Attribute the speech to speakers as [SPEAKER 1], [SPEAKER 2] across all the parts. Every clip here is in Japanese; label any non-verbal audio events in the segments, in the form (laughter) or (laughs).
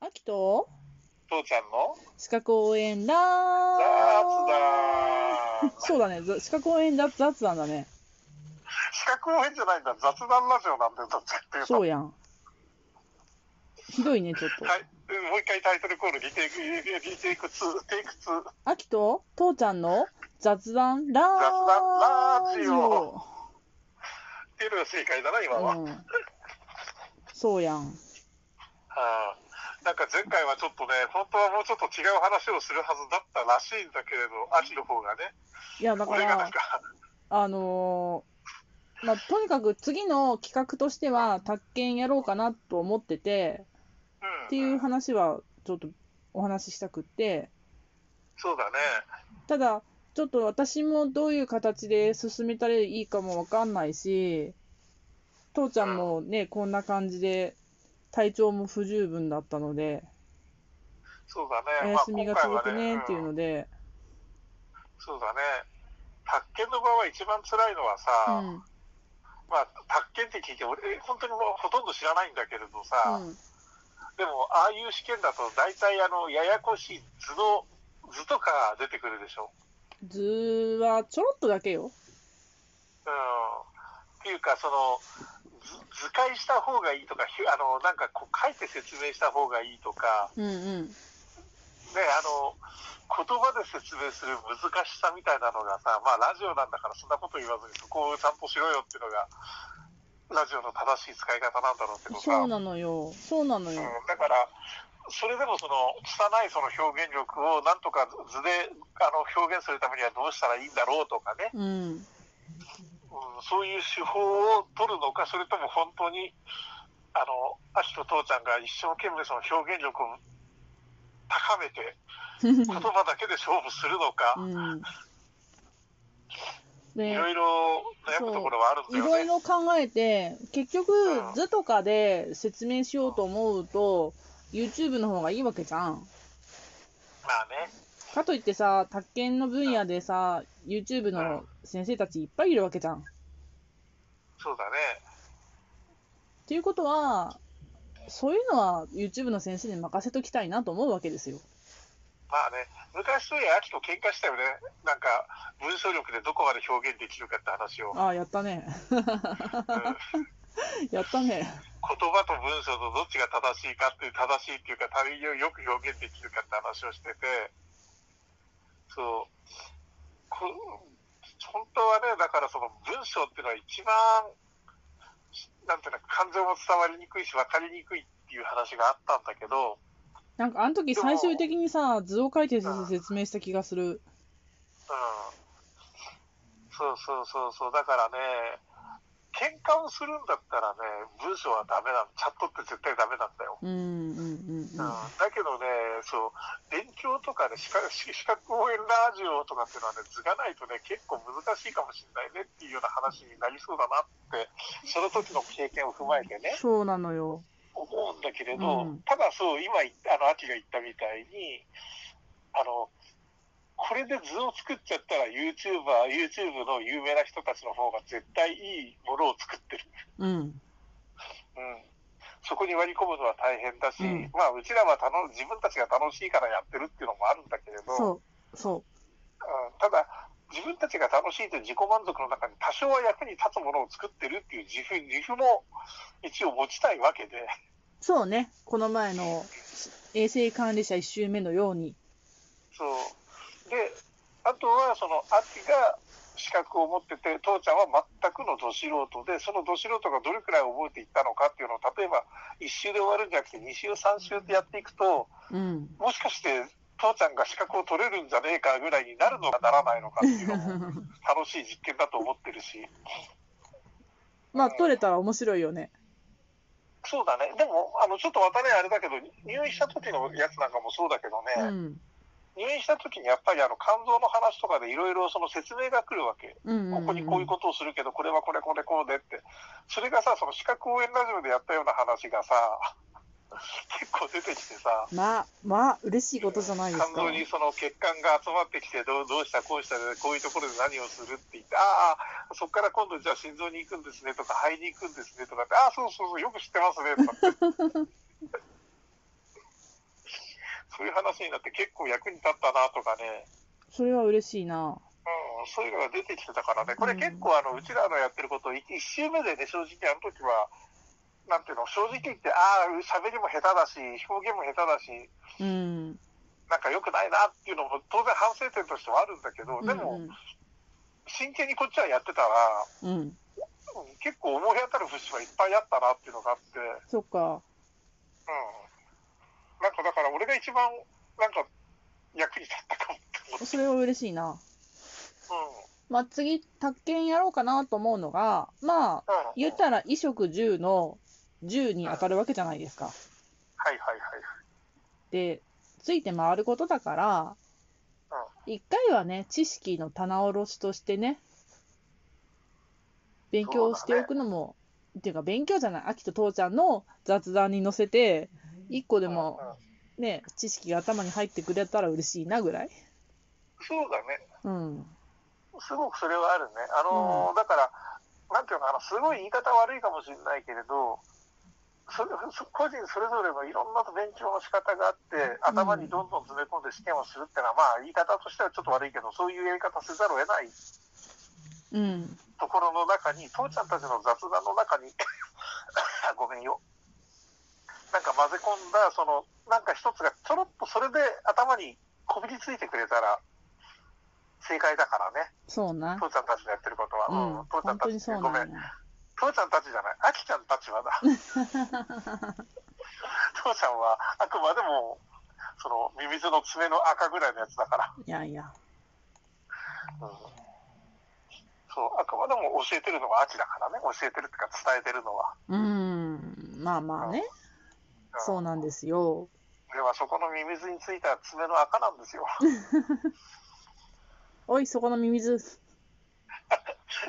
[SPEAKER 1] アキト
[SPEAKER 2] 父ちゃんの
[SPEAKER 1] 資格応援ラ
[SPEAKER 2] 雑談
[SPEAKER 1] ーそうだね、ざ資格応援だ雑談だね。
[SPEAKER 2] 資格応援じゃないんだ雑談ラジオなんだよどっちかっていうと
[SPEAKER 1] そう
[SPEAKER 2] はい
[SPEAKER 1] やん。ひどいね、ちょっと。
[SPEAKER 2] うんもう一回タイトルコールリテイクリテイク2テイク2
[SPEAKER 1] アキト、父ちゃんの雑談ラ
[SPEAKER 2] 談ラ
[SPEAKER 1] ジ
[SPEAKER 2] ジ
[SPEAKER 1] オ
[SPEAKER 2] オ。っていうのが正解だな今は、
[SPEAKER 1] う
[SPEAKER 2] は
[SPEAKER 1] ん。そうやん。
[SPEAKER 2] あなんか前回はちょっとね本当はもうちょっと違う話をするはずだったらしいんだけれど秋の方がね
[SPEAKER 1] いや、だか
[SPEAKER 2] 俺がな
[SPEAKER 1] ら
[SPEAKER 2] ん、か
[SPEAKER 1] あのーまあ、とにかく次の企画としては、宅建やろうかなと思ってて、
[SPEAKER 2] うん
[SPEAKER 1] っていう話は、ちょっとお話ししたくって。
[SPEAKER 2] そうだね
[SPEAKER 1] ただ、ちょっと私もどういう形で進めたらいいかもわかんないし、父ちゃんもね、こんな感じで、体調も不十分だったので、
[SPEAKER 2] そうだ
[SPEAKER 1] お
[SPEAKER 2] ね
[SPEAKER 1] 休みが続くね
[SPEAKER 2] まあ今回は
[SPEAKER 1] っていう
[SPEAKER 2] うん
[SPEAKER 1] ので、
[SPEAKER 2] そうだね宅建の場合は一番辛いのはさ、
[SPEAKER 1] うん、うん、
[SPEAKER 2] まあ、宅建って聞いて、俺、本当にもうほとんど知らないんだけれどさ、でも、ああいう試験だと、大体、あの、ややこしい図の、図とか出てくるでしょ。
[SPEAKER 1] 図はちょろっとだけよ。
[SPEAKER 2] うん。っていうか、その、図図解した方がいいとか、ひあの、なんかこう書いて説明した方がいいとか、
[SPEAKER 1] うんうん。
[SPEAKER 2] ね、あの、言葉で説明する難しさみたいなのがさ、まあ、ラジオなんだからそんなこと言わずに、そこをちゃんとしろよっていうのが、ラジオの正しい使い方なんだろうけどさ。
[SPEAKER 1] そうなのよ。そうなのよ。
[SPEAKER 2] うんだから、それでもその拙いその表現力をなんとか図であの表現するためにはどうしたらいいんだろうとかね、
[SPEAKER 1] うん。
[SPEAKER 2] うん、そういう手法を取るのか、それとも本当に、あの、アキと父ちゃんが一生懸命その表現力を高めて、言葉だけで勝負するの
[SPEAKER 1] う
[SPEAKER 2] か、
[SPEAKER 1] ん。
[SPEAKER 2] い
[SPEAKER 1] で、
[SPEAKER 2] ろいろ悩むところはあるん
[SPEAKER 1] い
[SPEAKER 2] だよ
[SPEAKER 1] ろい
[SPEAKER 2] ね。
[SPEAKER 1] ろ考えて、結局
[SPEAKER 2] う、ん
[SPEAKER 1] 図とかで説明しようと思うと、YouTube の方がいいわけじゃん。
[SPEAKER 2] まあね、
[SPEAKER 1] かといってさ、宅建の分野でさ、YouTube の先生たちいっぱいいるわけじゃん。っ
[SPEAKER 2] そうだね。
[SPEAKER 1] ていうことは、そういうのは YouTube の先生に任せときたいなと思うわけですよ。
[SPEAKER 2] まあね、昔そういや、アキと喧嘩したよね。なんか、文章力でどこまで表現できるかって話を。
[SPEAKER 1] ああ、やったね。 (laughs)
[SPEAKER 2] うん
[SPEAKER 1] やったね。
[SPEAKER 2] 言葉と文章とどっちが正しいかっていう正しいっていうか他人をよく表現できるかって話をしててそうこ本当はねだからその文章っていうのは一番なんていうの感情も伝わりにくいし分かりにくいっていう話があったんだけど
[SPEAKER 1] なんかあの時最終的にさ、図を書いて説明した気がする。
[SPEAKER 2] うんそうそうそうそうだからね喧嘩をするんだったらね文章はダメなのチャットって絶対ダメなんだ
[SPEAKER 1] う
[SPEAKER 2] よ
[SPEAKER 1] んうんうん
[SPEAKER 2] うんだけどね、そう、勉強とかね、資格資資格応援ラジオとかっていうのはね、図がないとね、結構難しいかもしれないねっていうような話になりそうだなって、その時の経験を踏まえて
[SPEAKER 1] うん。
[SPEAKER 2] ね、
[SPEAKER 1] そうなのよ。
[SPEAKER 2] 思うんだけれど、
[SPEAKER 1] うん
[SPEAKER 2] ただそう、今言った、あの、秋が言ったみたいに、あの、これで図を作っちゃったら YouTuber、YouTube の有名な人たちの方が絶対いいものを作ってる。
[SPEAKER 1] うん。
[SPEAKER 2] うんそこに割り込むのは大変だ
[SPEAKER 1] う
[SPEAKER 2] し、
[SPEAKER 1] ん
[SPEAKER 2] まあ、うちらは楽自分たちが楽しいからやってるっていうのもあるんだけれど、うん、
[SPEAKER 1] そう。そ
[SPEAKER 2] ただ、自分たちが楽しいという自己満足の中に多少は役に立つものを作ってるっていう自負自負も一応持ちたいわけで、
[SPEAKER 1] う。そうね。この前の衛生管理者1周目のように。
[SPEAKER 2] そうであとは、その秋が資格を持ってて、父ちゃんは全くのど素人で、そのど素人がどれくらい覚えていったのかっていうのを、例えば1週で終わるんじゃなくて、2週、3週でやっていくと、
[SPEAKER 1] うん。
[SPEAKER 2] もしかして父ちゃんが資格を取れるんじゃねえかぐらいになるのかならないのかっていうのも楽しい実験だと思ってるし
[SPEAKER 1] (laughs) まあ、取れたら面白いよね。
[SPEAKER 2] そうだねでもあのちょっとまたねあれだけど入院した時のやつなんかもそうだけど
[SPEAKER 1] う
[SPEAKER 2] ね、
[SPEAKER 1] ん。
[SPEAKER 2] 入院した時にやっぱりあの肝臓の話とかでいろいろその説明が来るわけ
[SPEAKER 1] うん
[SPEAKER 2] ここにこういうことをするけどこれはこれこれこうでってそれがさその資格応援ラジオでやったような話がさ (laughs) 結構出てきてさ
[SPEAKER 1] と。まあ、まあ、嬉しいことじゃないですか
[SPEAKER 2] 肝臓。にその血管が集まってきてどうどうしたこうしたでこういうところで何をするって言ってああそこから今度じゃあ心臓に行くんですねとか肺
[SPEAKER 1] (laughs)
[SPEAKER 2] に行くんですねとかってああそうそうそうよく知ってますねとかってそういう話になって結構役に立ったなとかね、
[SPEAKER 1] それは嬉しいな。
[SPEAKER 2] うん、そういうのが出てきてたからね、これ結構あの、うちらのやってることを1周目でね、正直あの時は、なんていうの、正直言って、ああ、喋りも下手だし、表現も下手だし、
[SPEAKER 1] うん。
[SPEAKER 2] なんか良くないなっていうのも当然反省点としてはあるんだけど、でも、真剣にこっちはやってたら、
[SPEAKER 1] うん、うん。
[SPEAKER 2] うん結構思い当たる節はいっぱいあったなっていうのがあって、うん。
[SPEAKER 1] そっか。
[SPEAKER 2] なんかだから俺が一番、なんか役に立ったかもって思って。
[SPEAKER 1] それは嬉しいな。
[SPEAKER 2] う
[SPEAKER 1] まあ、次、宅建やろうかなと思うのが、まあ、
[SPEAKER 2] ん。うん。
[SPEAKER 1] 言ったら衣食住の10に当たるわけじゃないですか。
[SPEAKER 2] はいはい
[SPEAKER 1] で、ついて回ることだから、一回はね、知識の棚卸しとしてね、勉強しておくのも、っていうか勉強じゃない、秋と父ちゃんの雑談に乗せて、一個で
[SPEAKER 2] はい。
[SPEAKER 1] も
[SPEAKER 2] うんうん
[SPEAKER 1] ね、知識が頭に入ってくれたら嬉しいなぐらい。
[SPEAKER 2] そうだね。
[SPEAKER 1] うん。
[SPEAKER 2] すごくそれはあるね。あのーだから、なんていうのかな、すごい言い方悪いかもしれないけれど、それそ個人それぞれのいろんな勉強の仕方があって、頭にどんどん詰め込んで試験をするってのは、まあ、言い方としてはちょっと悪いけど、そういうやり方せざるを得ない
[SPEAKER 1] うん。
[SPEAKER 2] ところの中に、父ちゃんたちの雑談の中に、 (laughs) ごめんよ。なんか混ぜ込んだ、その、なんか一つがちょろっとそれで頭にこびりついてくれたら、正解だからね。
[SPEAKER 1] そうな。
[SPEAKER 2] 父ちゃんたちのやってること
[SPEAKER 1] うん
[SPEAKER 2] は。。父ちゃ
[SPEAKER 1] 本
[SPEAKER 2] んた
[SPEAKER 1] 当
[SPEAKER 2] ち
[SPEAKER 1] に
[SPEAKER 2] って
[SPEAKER 1] そう
[SPEAKER 2] ごめ
[SPEAKER 1] なん
[SPEAKER 2] ん。
[SPEAKER 1] だ。
[SPEAKER 2] 父ちゃんたちじゃない。あきちゃんたち
[SPEAKER 1] (laughs)
[SPEAKER 2] はだ。父ちゃんは、あくまでも、その、ミミズの爪の赤ぐらいのやつだから。
[SPEAKER 1] いやいや。
[SPEAKER 2] そう、あくまでも教えてるのは秋だからね。教えてるっていうか伝えてるのは。
[SPEAKER 1] うん。まあまあね。そうなんですよ。
[SPEAKER 2] ではそこのミミズについた爪の赤なんですよ。 (laughs)
[SPEAKER 1] おい、そこのミミズ。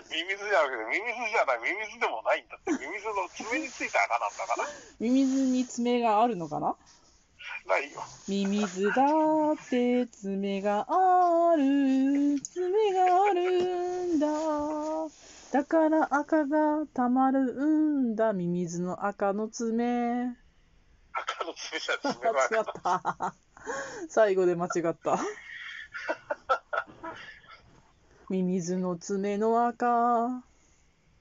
[SPEAKER 2] ミミズじゃなくて、ミミズじゃない、ミミズでもないんだって。ミミズの爪についた赤なんだから。
[SPEAKER 1] ミミズに爪があるのかな
[SPEAKER 2] ないよ。
[SPEAKER 1] ミミズだって爪がある。爪があるんだ。だから赤がたまるんだ。ミミズの赤の爪。
[SPEAKER 2] 赤の爪じゃ
[SPEAKER 1] 間
[SPEAKER 2] 爪の
[SPEAKER 1] 違
[SPEAKER 2] 赤。
[SPEAKER 1] った。最後で間違った。ミミズの爪の赤。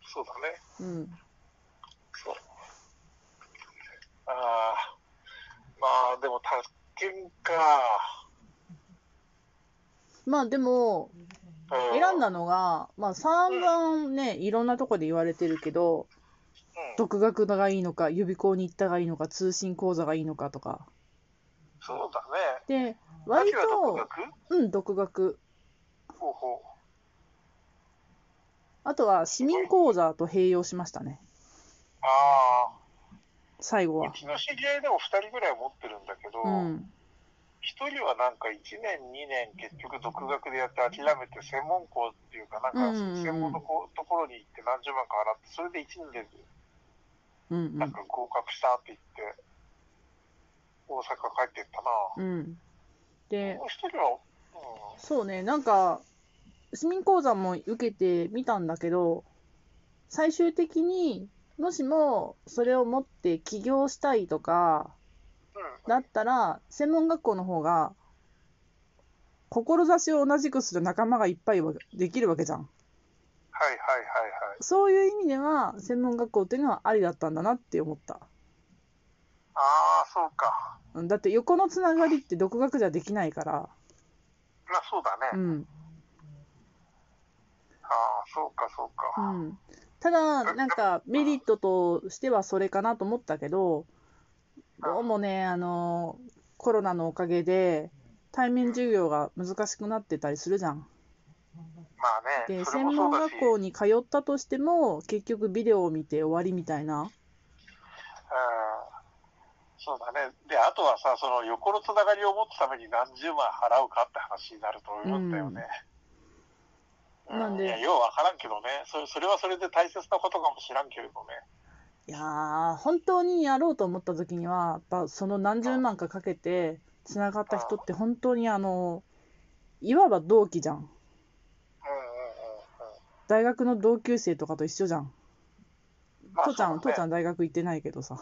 [SPEAKER 2] そうだね。
[SPEAKER 1] うん。
[SPEAKER 2] そう。ああ、まあでも、宅建か。
[SPEAKER 1] まあでも、
[SPEAKER 2] う
[SPEAKER 1] 選んだのが、まあ3番ね、いろんなとこで言われてるけど、
[SPEAKER 2] うん、
[SPEAKER 1] 独学がいいのか、予備校に行ったがいいのか、通信講座がいいのかとか。
[SPEAKER 2] そうだね。
[SPEAKER 1] で、割
[SPEAKER 2] 秋は独
[SPEAKER 1] と、
[SPEAKER 2] 学
[SPEAKER 1] うん、独学。
[SPEAKER 2] ほうほう。
[SPEAKER 1] あとは市民講座と併用しましたね。
[SPEAKER 2] ああ、
[SPEAKER 1] 最後
[SPEAKER 2] う
[SPEAKER 1] は。
[SPEAKER 2] ちの知り合いでも2人ぐらい持ってるんだけど、
[SPEAKER 1] うん。
[SPEAKER 2] 1人はなんか1年、2年、結局独学でやって諦めて、専門校っていうか、なん
[SPEAKER 1] うんうんう
[SPEAKER 2] か
[SPEAKER 1] ん
[SPEAKER 2] 専門のこところに行って何十万か払って、それで1年で
[SPEAKER 1] う
[SPEAKER 2] なん
[SPEAKER 1] ん
[SPEAKER 2] か合格したって言って、大阪帰ってったな。
[SPEAKER 1] うん。うん。で、
[SPEAKER 2] もう1人は、うん、
[SPEAKER 1] そうね、なんか、市民講座も受けてみたんだけど、最終的にもしもそれを持って起業したいとか、
[SPEAKER 2] うん
[SPEAKER 1] だったら、専門学校の方が、志を同じくする仲間がいっぱいわできるわけじゃん。
[SPEAKER 2] はいはいはいはい。
[SPEAKER 1] そういう意味では、専門学校っていうのはありだったんだなって思った。
[SPEAKER 2] ああ、そうか。
[SPEAKER 1] うんだって横のつながりって独学じゃできないから。
[SPEAKER 2] まあそうだ
[SPEAKER 1] う
[SPEAKER 2] ね。
[SPEAKER 1] ん。
[SPEAKER 2] ああ、そうかそうか。
[SPEAKER 1] う
[SPEAKER 2] うん。
[SPEAKER 1] ん。ただ、なんかメリットとしてはそれかなと思ったけど、どうもね、あの、コロナのおかげで、対面授業が難しくなってたりするじゃん。
[SPEAKER 2] まあね、
[SPEAKER 1] で、
[SPEAKER 2] それ
[SPEAKER 1] 専
[SPEAKER 2] もそ
[SPEAKER 1] 門
[SPEAKER 2] うだし、
[SPEAKER 1] 学校に通ったとしても、結局ビデオを見て終わりみたいな。
[SPEAKER 2] うんそうだね。で、あとはさ、その横のつながりを持つために何十万払うかって話になると思うんだよね。
[SPEAKER 1] うんなんで
[SPEAKER 2] いや、ようわからんけどねそ。それはそれで大切なことかもしらんけれどね。
[SPEAKER 1] いやー、本当にやろうと思った時には、やっぱその何十万かかけて、つながった人って本当にあの、いわば同期じゃん。
[SPEAKER 2] うんうんうんうん。
[SPEAKER 1] 大学の同級生とかと一緒じゃん。
[SPEAKER 2] まあ
[SPEAKER 1] 父ちゃん、
[SPEAKER 2] そう
[SPEAKER 1] 父
[SPEAKER 2] だ
[SPEAKER 1] ちゃ
[SPEAKER 2] ね
[SPEAKER 1] ん大学行ってないけどさ。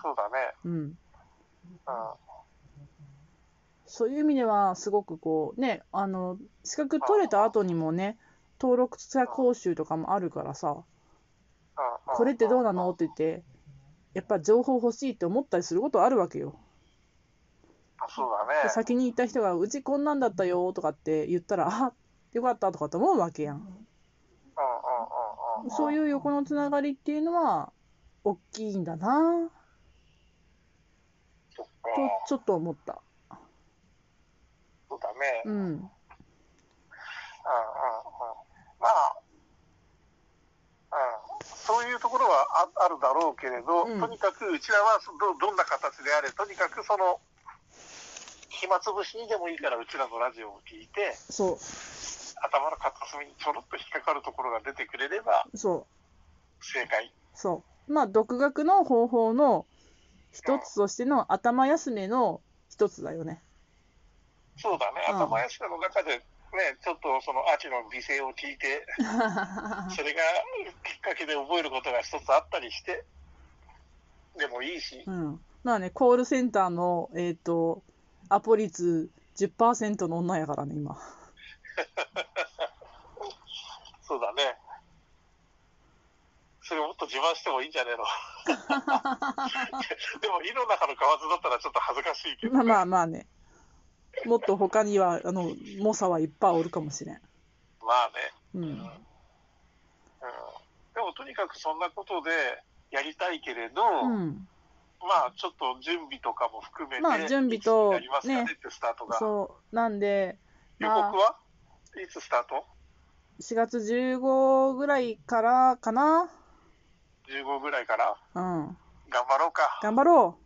[SPEAKER 2] そうだね。
[SPEAKER 1] うん。
[SPEAKER 2] うん。
[SPEAKER 1] そういう意味では、すごくこう、ね、あの、資格取れた後にもね、登録者講習とかもあるからさ、これってどうなのって言って、やっぱ情報欲しいって思ったりすることあるわけよ。
[SPEAKER 2] あそう
[SPEAKER 1] で
[SPEAKER 2] だね。
[SPEAKER 1] 先に行った人が、うちこんなんだったよとかって言ったら、あよかったとかって思うわけやん。
[SPEAKER 2] うんうんうんうんうん
[SPEAKER 1] そういう横のつながりっていうのは、大きいんだな
[SPEAKER 2] そっか
[SPEAKER 1] と、ちょっと思った。
[SPEAKER 2] そうだね。
[SPEAKER 1] う
[SPEAKER 2] うんうんうん
[SPEAKER 1] ん。
[SPEAKER 2] まあ、うん、そういうところはああるだろうけれど、
[SPEAKER 1] うん
[SPEAKER 2] とにかくうちらはそどどんな形であれ、とにかくその、暇つぶしにでもいいからうちらのラジオを聞いて、
[SPEAKER 1] そ
[SPEAKER 2] 頭の片隅にちょろっと引っかかるところが出てくれれば
[SPEAKER 1] う、そう。
[SPEAKER 2] 正解。
[SPEAKER 1] そう。まあ、独学の方法の一つとしての頭休めの一つだよね。 (laughs)
[SPEAKER 2] そうだね、
[SPEAKER 1] うん
[SPEAKER 2] 頭やしの中で、ね、ちょっとその秋の美声を聞いて、それがきっかけで覚えることが一つあったりして、でもいいし、
[SPEAKER 1] うん。まあね、コールセンターの、えっ、と、アポ率10%の女やからね、今。
[SPEAKER 2] そうだね。それもっと自慢してもいいんじゃね
[SPEAKER 1] (laughs)
[SPEAKER 2] えのでも、井の中の蛙だったらちょっと恥ずかしいけど、
[SPEAKER 1] まあまあまあね。もっと他には、あの、猛者はいっぱいおるかもしれん。
[SPEAKER 2] まあね、
[SPEAKER 1] うん。
[SPEAKER 2] うん。でも、とにかくそんなことでやりたいけれど、
[SPEAKER 1] うん。
[SPEAKER 2] まあ、ちょっと準備とかも含めて、
[SPEAKER 1] まあ準備と
[SPEAKER 2] いつやりますかね
[SPEAKER 1] ね
[SPEAKER 2] ってスタートが。
[SPEAKER 1] そう。なんで、
[SPEAKER 2] 予
[SPEAKER 1] まあ
[SPEAKER 2] 告、はいつスタート
[SPEAKER 1] 4月15ぐらいからかな。
[SPEAKER 2] ?15 ぐらいから
[SPEAKER 1] うん。
[SPEAKER 2] 頑張ろうか。
[SPEAKER 1] 頑張ろう。